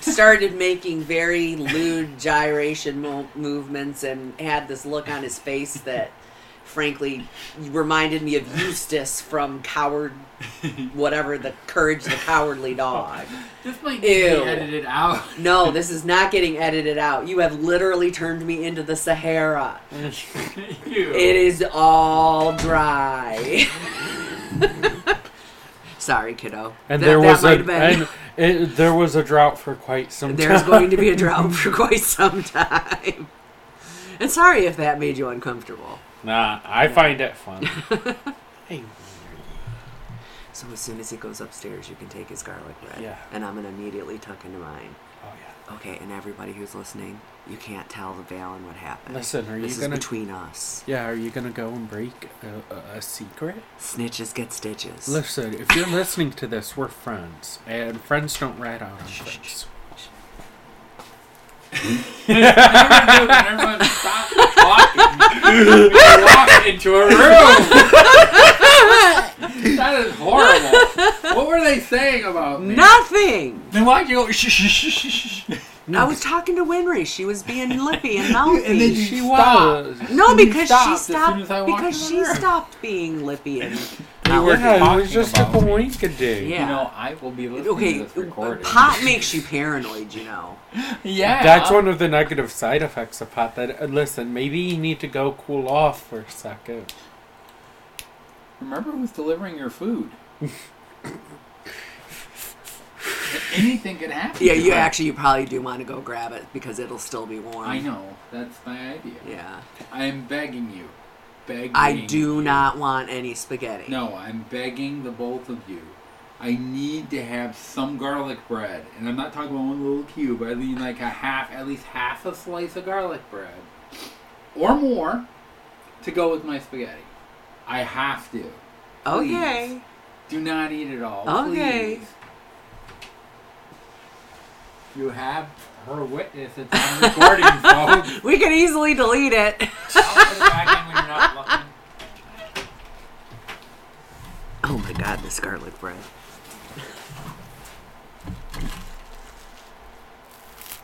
A: started making very lewd gyration mo- movements and had this look on his face that, frankly, reminded me of Eustace from Coward, whatever the Courage the Cowardly Dog.
C: this might need to
A: Ew.
C: be edited out.
A: No, this is not getting edited out. You have literally turned me into the Sahara.
C: Ew.
A: It is all dry. Sorry, kiddo.
B: And
A: That-
B: there
A: that
B: was
A: might
B: a
A: have been-
B: and it, there was a drought for quite some
A: There's
B: time.
A: going to be a drought for quite some time. And sorry if that made you uncomfortable.
B: Nah, I find it fun. hey, oh,
A: So as soon as he goes upstairs, you can take his garlic bread,
B: Yeah.
A: and I'm gonna immediately tuck into mine.
B: oh yeah.
A: Okay, and everybody who's listening, you can't tell the Valen what happened.
B: Listen, are
A: this
B: you
A: is
B: gonna?
A: between us.
B: yeah, are you gonna go and break a, a, a secret?
A: Snitches get stitches.
B: Listen, if you're listening to this, we're friends, and friends don't rat out on friends.
C: Everyone stop talking. You walked into a room.
E: That is horrible. what were they saying about me?
A: Nothing.
C: Then why'd you go? Shh, shh, shh, shh, shh. shh.
A: I was talking to Winry. She was being lippy and mouthy.
B: She
C: Stop.
B: was.
A: No, because
C: stopped
A: she
C: as soon
A: stopped.
C: as I walked in the
A: Because she
C: room.
A: stopped being lippy and
B: We were yeah, it
C: talking
B: was just a
C: about me.
B: coinkadoo.
A: Yeah.
C: You know, I will be listening to
A: okay.
C: this recording.
A: Pot makes you paranoid, you know.
C: Yeah.
B: That's one of the negative side effects of pot. That uh, listen, maybe you need to go cool off for a second.
C: Remember who's delivering your food. Anything could happen.
A: Yeah,
C: to
A: you
C: her.
A: actually you probably do want to go grab it because it'll still be warm.
C: I know. That's my idea.
A: Yeah,
C: I'm begging you. Begging.
A: I do
C: you.
A: not want any spaghetti.
C: No, I'm begging the both of you. I need to have some garlic bread, and I'm not talking about one little cube. I mean, like a half, at least half a slice of garlic bread, or more, to go with my spaghetti. I have to.
A: Oh, Okay.
C: Do not eat it all.
A: Okay.
C: Please. You have her witness. It's on recording, folks.
A: We can easily delete it.
C: I'll put it back in when you're not looking.
A: Oh my god, this garlic bread.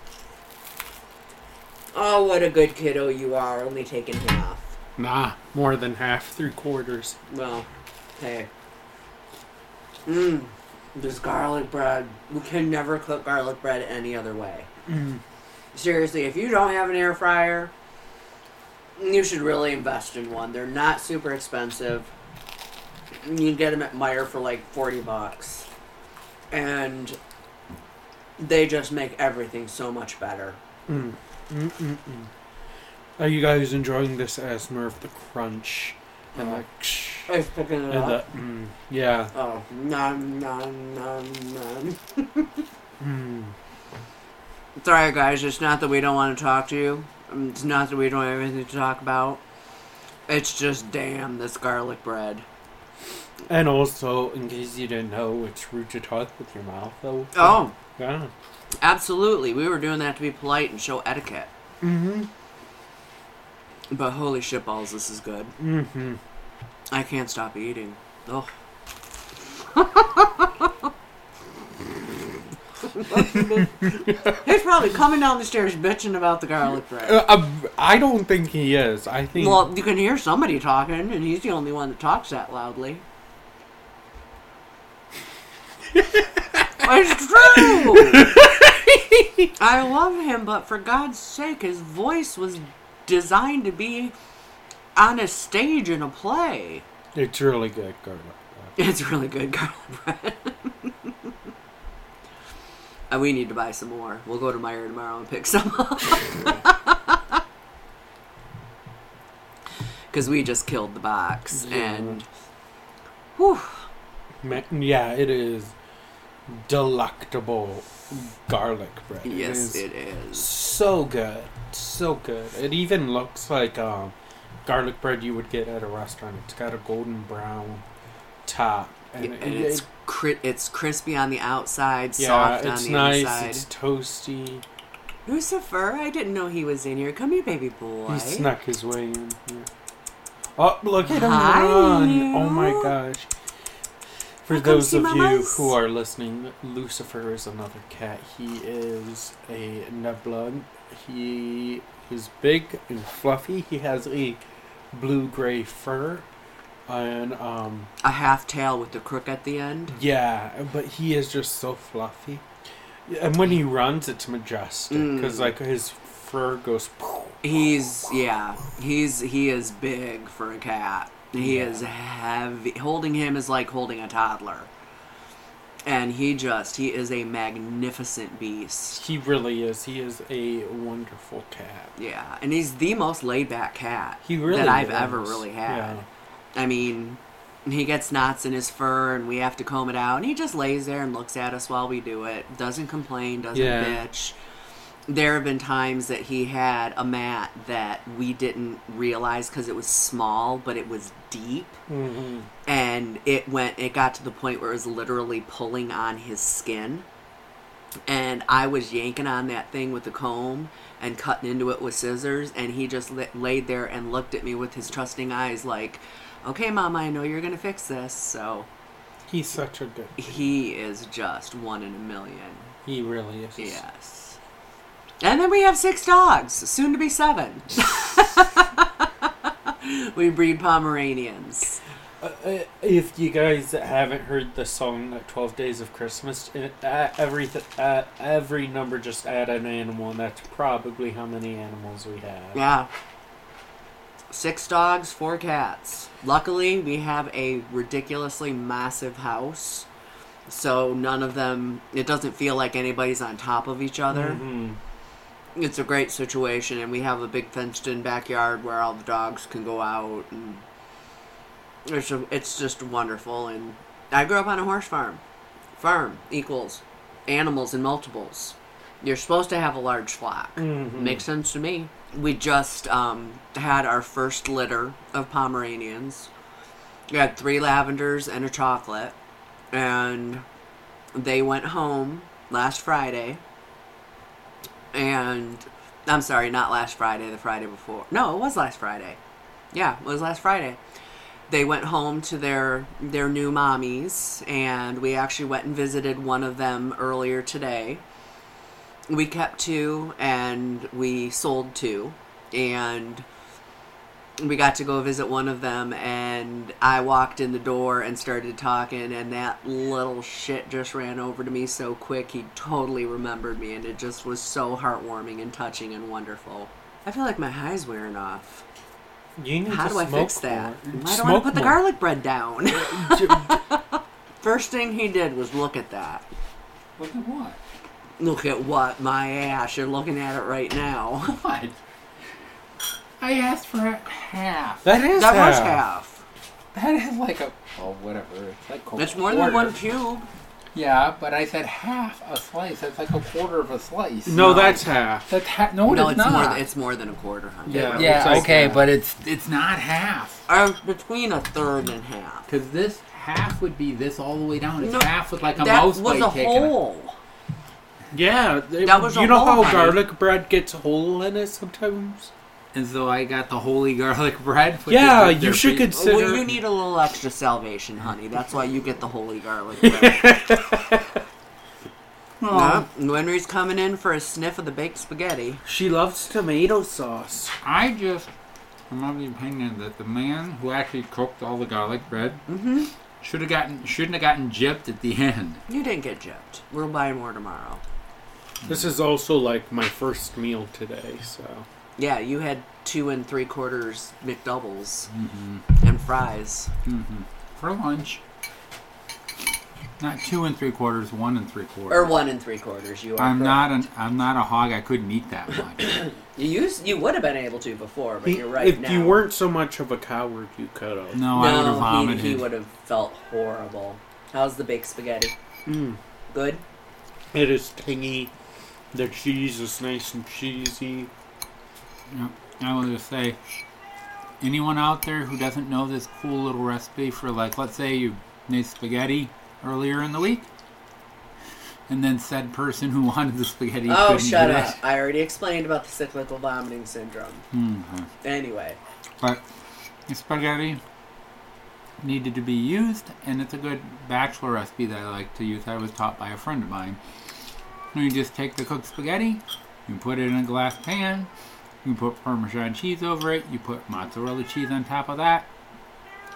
A: Oh, what a good kiddo you are, only taking half.
B: Nah, more than half, three quarters.
A: Well, hey. Mmm, this garlic bread. We can never cook garlic bread any other way.
B: Mm.
A: Seriously, if you don't have an air fryer, you should really invest in one. They're not super expensive. You can get them at Meijer for like 40 bucks. and they just make everything so much better.
B: Mm. Mm, mm, mm. Are you guys enjoying this ASMR of the crunch and
A: Uh,
B: the ksh,
A: It's picking it
B: and the
A: up.
B: mm, yeah?
A: Oh, nom nom nom nom.
B: Mm.
A: Sorry, guys. It's not that we don't want to talk to you. Um, It's not that we don't have anything to talk about. It's just damn this garlic bread.
B: And also, in case you didn't know, it's rude to talk with your mouth though.
A: Oh,
B: Yeah.
A: absolutely. We were doing that to be polite and show etiquette.
B: Mm-hmm.
A: But holy shit balls, this is good.
B: Mm-hmm.
A: I can't stop eating. Oh. He's probably coming down the stairs bitching about the garlic bread.
B: Uh, uh, I don't think he is. I think.
A: Well, you can hear somebody talking, and he's the only one that talks that loudly. it's true! I love him, but for God's sake, his voice was designed to be on a stage in a play.
B: it's really good, garlic.
A: It's really good garlic bread. and we need to buy some more. We'll go to Meyer tomorrow and pick some up. Because we just killed the box. And. Whew.
B: Ma- Yeah, it is delectable garlic bread.
A: Yes,
B: is
A: it is.
B: so good, so good. It even looks like um, garlic bread you would get at a restaurant. It's got a golden brown top,
A: And,
B: and, it-
A: it's,
B: it-
A: cri- it's crispy on the outside,
B: yeah,
A: soft
B: it's
A: on the
B: nice.
A: inside.
B: It's toasty.
A: Lucifer, I didn't know he was in here. Come here, baby boy.
B: He snuck his way in. here. Oh, look at him
A: Hi,
B: run! Oh my
A: you.
B: gosh. For
A: Come
B: those
A: see
B: of
A: my
B: you
A: mice.
B: who are listening, Lucifer is another cat. He is a Neblug. He is big and fluffy. He has a blue gray fur. And, um,
A: A half tail with the crook at the end.
B: yeah, but he is just so fluffy. And when he runs, it's majestic. Because,
A: Mm.
B: like, his fur goes.
A: He's yeah. He's he is big for a cat. He is heavy. Holding him is like holding a toddler. And he just he is a magnificent beast.
B: He really is. He is a wonderful cat.
A: Yeah, and he's the most laid back cat
B: He really
A: that I've
B: is.
A: ever really had.
B: Yeah.
A: I mean, he gets knots in his fur, and we have to comb it out. And he just lays there and looks at us while we do it. Doesn't complain. Doesn't
B: Yeah.
A: bitch. There have been times that he had a mat that we didn't realize because it was small, but it was deep,
B: Mm-hmm.
A: and it went. It got to the point where it was literally pulling on his skin. And I was yanking on that thing with the comb and cutting into it with scissors, and he just la- laid there and looked at me with his trusting eyes, like, "Okay, Mama, I know you're gonna fix this." So
B: He's such a good.
A: he is just one in a million.
B: He really is.
A: Yes. And then we have six dogs, soon to be seven. we breed Pomeranians.
B: Uh, uh, if you guys haven't heard the song uh, 12 Days of Christmas, it, uh, every, uh, every number just add an animal, and that's probably how many animals we have.
A: Yeah. Six dogs, four cats. Luckily, we have a ridiculously massive house. So none of them, it doesn't feel like anybody's on top of each other.
B: hmm
A: It's a great situation, and we have a big fenced in backyard where all the dogs can go out. And it's, a, it's just wonderful. And I grew up on a horse farm. Farm equals animals in multiples. You're supposed to have a large flock. Makes sense to me. We just um, had our first litter of Pomeranians. We had three lavenders and a chocolate. And they went home last Friday. And I'm sorry, not last Friday, the Friday before. No, it was last Friday. Yeah, it was last Friday. They went home to their their new mommies and we actually went and visited one of them earlier today we kept two and we sold two and we got to go visit one of them and i walked in the door and started talking and that little shit just ran over to me so quick he totally remembered me and it just was so heartwarming and touching and wonderful i feel like my high's wearing off
B: You need
A: how
B: to
A: do i
B: smoke
A: fix that i don't
B: more.
A: want to
B: Smoke
A: put the
B: more.
A: garlic bread down first thing he did was look at that
F: Look at what?
A: Look at what my ass. You're looking at it right now.
F: What?
C: I asked for half.
F: That is
A: that was half.
F: That is like a oh whatever. It's like a
A: It's more than
F: quarter.
A: one cube.
F: Yeah, but I said half a slice. That's like a quarter of a slice.
B: No, that's half.
F: That's ha- no,
A: No,
F: it's,
A: it's
F: not.
A: more. Than, it's more than a quarter. Honey.
B: Yeah.
F: yeah,
B: It's like
F: okay,
B: that.
F: but it's it's not half.
A: Uh, between a third and half.
C: Because this half would be this all the way down. It's
A: No,
C: half with like a
A: that
C: mouse
A: was
C: blade
A: a
C: kicking
A: whole.
B: Yeah, they-
A: That was a
B: you know
A: whole,
B: how
A: honey.
B: garlic bread gets a hole in it sometimes.
C: And so I got the holy garlic bread. which
B: yeah,
C: is right
B: you
C: there
B: should
C: for you.
B: consider.
A: Well, you need a little extra salvation, honey. That's why you get the holy garlic. bread.
C: Well,
A: Yep, Henry's coming in for a sniff of the baked spaghetti.
B: she loves tomato sauce.
C: I just I'm of the opinion that the man who actually cooked all the garlic bread
A: Mm-hmm.
C: should have gotten shouldn't have gotten gypped at the end.
A: You didn't get gypped. We'll buy more tomorrow.
B: This is also like my first meal today, so
A: Yeah, you had two and three quarters McDoubles
B: Mm-hmm.
A: and fries.
C: for lunch. Not two and three quarters, one and three quarters.
A: Or one and three quarters. You are.
C: I'm
A: correct.
C: not an I'm not a hog. I couldn't eat that much.
A: You used, you would have been able to before, but
B: He-
A: you're right
B: if
A: now.
B: you weren't so much of a coward, you could have.
C: No, I would have
A: no,
C: vomited.
A: he, he would have felt horrible. How's the baked spaghetti?
B: Mm.
A: Good.
B: It is tangy. The cheese is nice and cheesy.
C: Yep. I will just say, anyone out there who doesn't know this cool little recipe for like, let's say you made spaghetti earlier in the week, and then said person who wanted the spaghetti
A: oh,
C: couldn't
A: shut
C: do
A: up!
C: it.
A: I already explained about the cyclical vomiting syndrome.
C: Mhm.
A: Anyway,
C: But the spaghetti needed to be used, and it's a good bachelor recipe that I like to use. I was taught by a friend of mine. You just take the cooked spaghetti, you put it in a glass pan, you put Parmesan cheese over it, you put mozzarella cheese on top of that,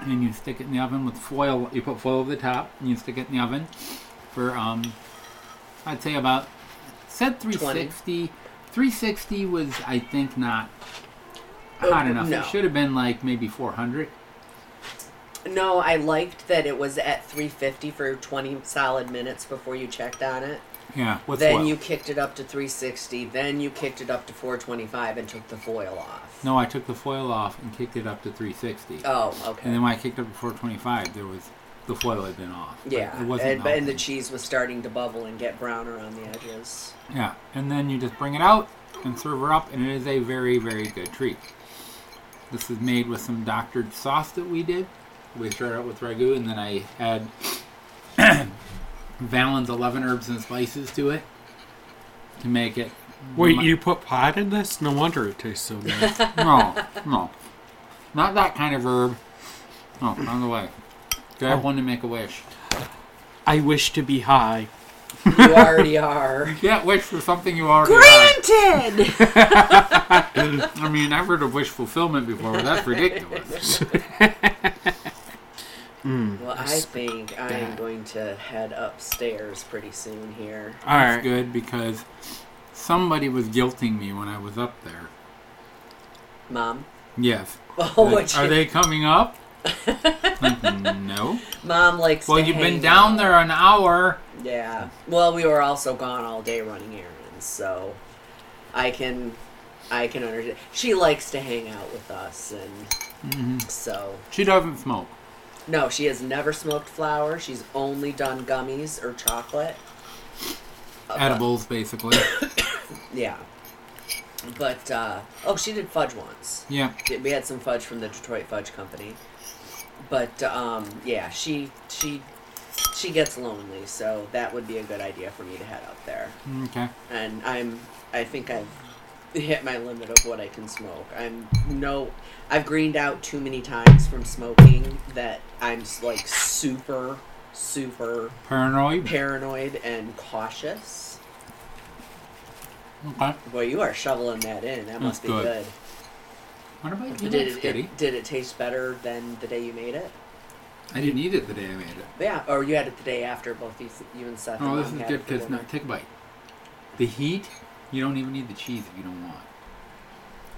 C: and then you stick it in the oven with foil. You put foil over the top, and you stick it in the oven for, um, I'd say about, it said 360. 360 was, I think, not hot
A: Oh,
C: enough.
A: no.
C: It should have been like maybe 400.
A: no, I liked that it was at 350 for 20 solid minutes before you checked on it.
C: Yeah, with
A: then
C: foil.
A: you kicked it up to 360. Then you kicked it up to 425 and took the foil off.
C: No, I took the foil off and kicked it up to 360.
A: Oh, okay.
C: And then when I kicked it up to 425, there was the foil had been off. but
A: yeah,
C: it wasn't.
A: and, and the
C: melting.
A: cheese was starting to bubble and get browner on the edges.
C: Yeah, and then you just bring it out and serve her up, and it is a very, very good treat. This is made with some doctored sauce that we did. We started out with ragu, and then I had Valen's 11 herbs and spices to it to make it.
B: Wait,
C: my-
B: you put pot in this? No wonder it tastes so nice.
C: No, no. Not that kind of herb. No, on the way. Grab one to make a wish.
B: I wish to be high.
A: You already are.
C: You can't wish for something you already have.
A: Granted!
C: I mean, I've heard of wish fulfillment before, but that's ridiculous.
A: Well, I think I'm going to head upstairs pretty soon here.
B: All
C: That's good because somebody was guilting me when I was up there.
A: Mom?
C: Yes.
A: Oh,
C: Like,
A: what
C: are
A: you-
C: they coming up? Like, no.
A: Mom likes
C: Well,
A: to
C: you've been
A: hang
C: down
A: out.
C: there an hour.
A: Yeah. Well, we were also gone all day running errands, so I can I can understand. She likes to hang out with us and
C: Mm-hmm.
A: so
C: She doesn't smoke.
A: no, she has never smoked flour. She's only done gummies or chocolate.
C: Edibles, basically.
A: Yeah. But uh oh, she did fudge once.
C: yeah.
A: Yeah, we had some fudge from the Detroit Fudge Company. But um, yeah, she she she gets lonely, so that would be a good idea for me to head up there.
C: mm, Okay.
A: And I'm I think I've hit my limit of what I can smoke. I'm no I've greened out too many times from smoking that I'm s- like super super
C: Paranoid.
A: paranoid and cautious.
C: Okay.
A: Boy, you are shoveling that in. That must be
C: good.
A: good.
C: What about you,
A: Did it,
C: Kitty?
A: it did it taste better than the day you made it?
C: I didn't eat it the day I made it.
A: Yeah, or you had it the day after both you, you and Seth. and
C: Oh, this
A: Mom
C: is
A: had
C: good
A: it for
C: because it's
A: dinner.
C: not take a bite. The heat, you don't even need the cheese if you don't want.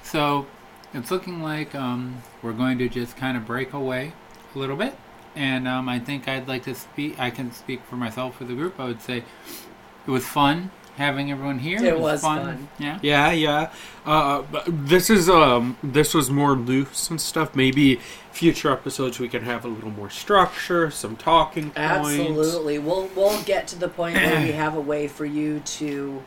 C: So it's looking like um, we're going to just kind of break away a little bit, and um, I think I'd like to speak. I can speak for myself for the group. I would say It was fun having everyone here.
A: It was fun.
C: Yeah.
B: Yeah, yeah. Uh, but this is um, this was more loose and stuff. Maybe future episodes we can have a little more structure, some talking points.
A: Absolutely. We'll we'll get to the point where we have a way for you to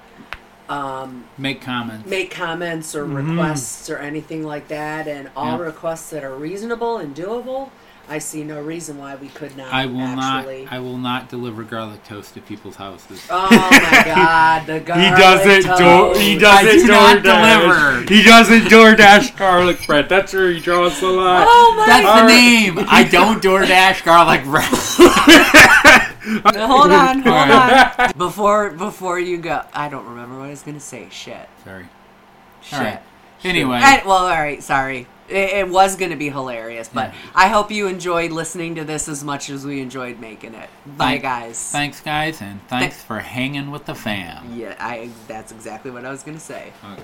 A: um,
C: Make comments.
A: make comments or
C: Mm-hmm.
A: requests or anything like that, and all
C: Yeah.
A: requests that are reasonable and doable. I see no reason why we could not.
C: I will
A: actually.
C: not. I will not deliver garlic toast to people's houses.
A: Oh my God! The
B: He
A: garlic
B: doesn't door.
A: toast.
B: He doesn't
C: do not
B: DoorDash.
C: deliver.
B: He doesn't DoorDash garlic bread. That's where he draws the line.
A: Oh my!
C: That's
B: Alright.
C: the name. I don't DoorDash garlic bread.
A: Now, Hold on, hold
C: Alright.
A: on. Before before you go, I don't remember what I was gonna say. Shit.
C: Sorry.
A: Shit.
C: All right. Anyway,
A: I- well, all right. Sorry. It, it was gonna be hilarious, but I hope you enjoyed listening to this as much as we enjoyed making it. Bye,
C: Thank-
A: guys.
C: thanks guys, and thanks for hanging with the fam.
A: yeah, I. That's exactly what I was gonna say.
C: Okay.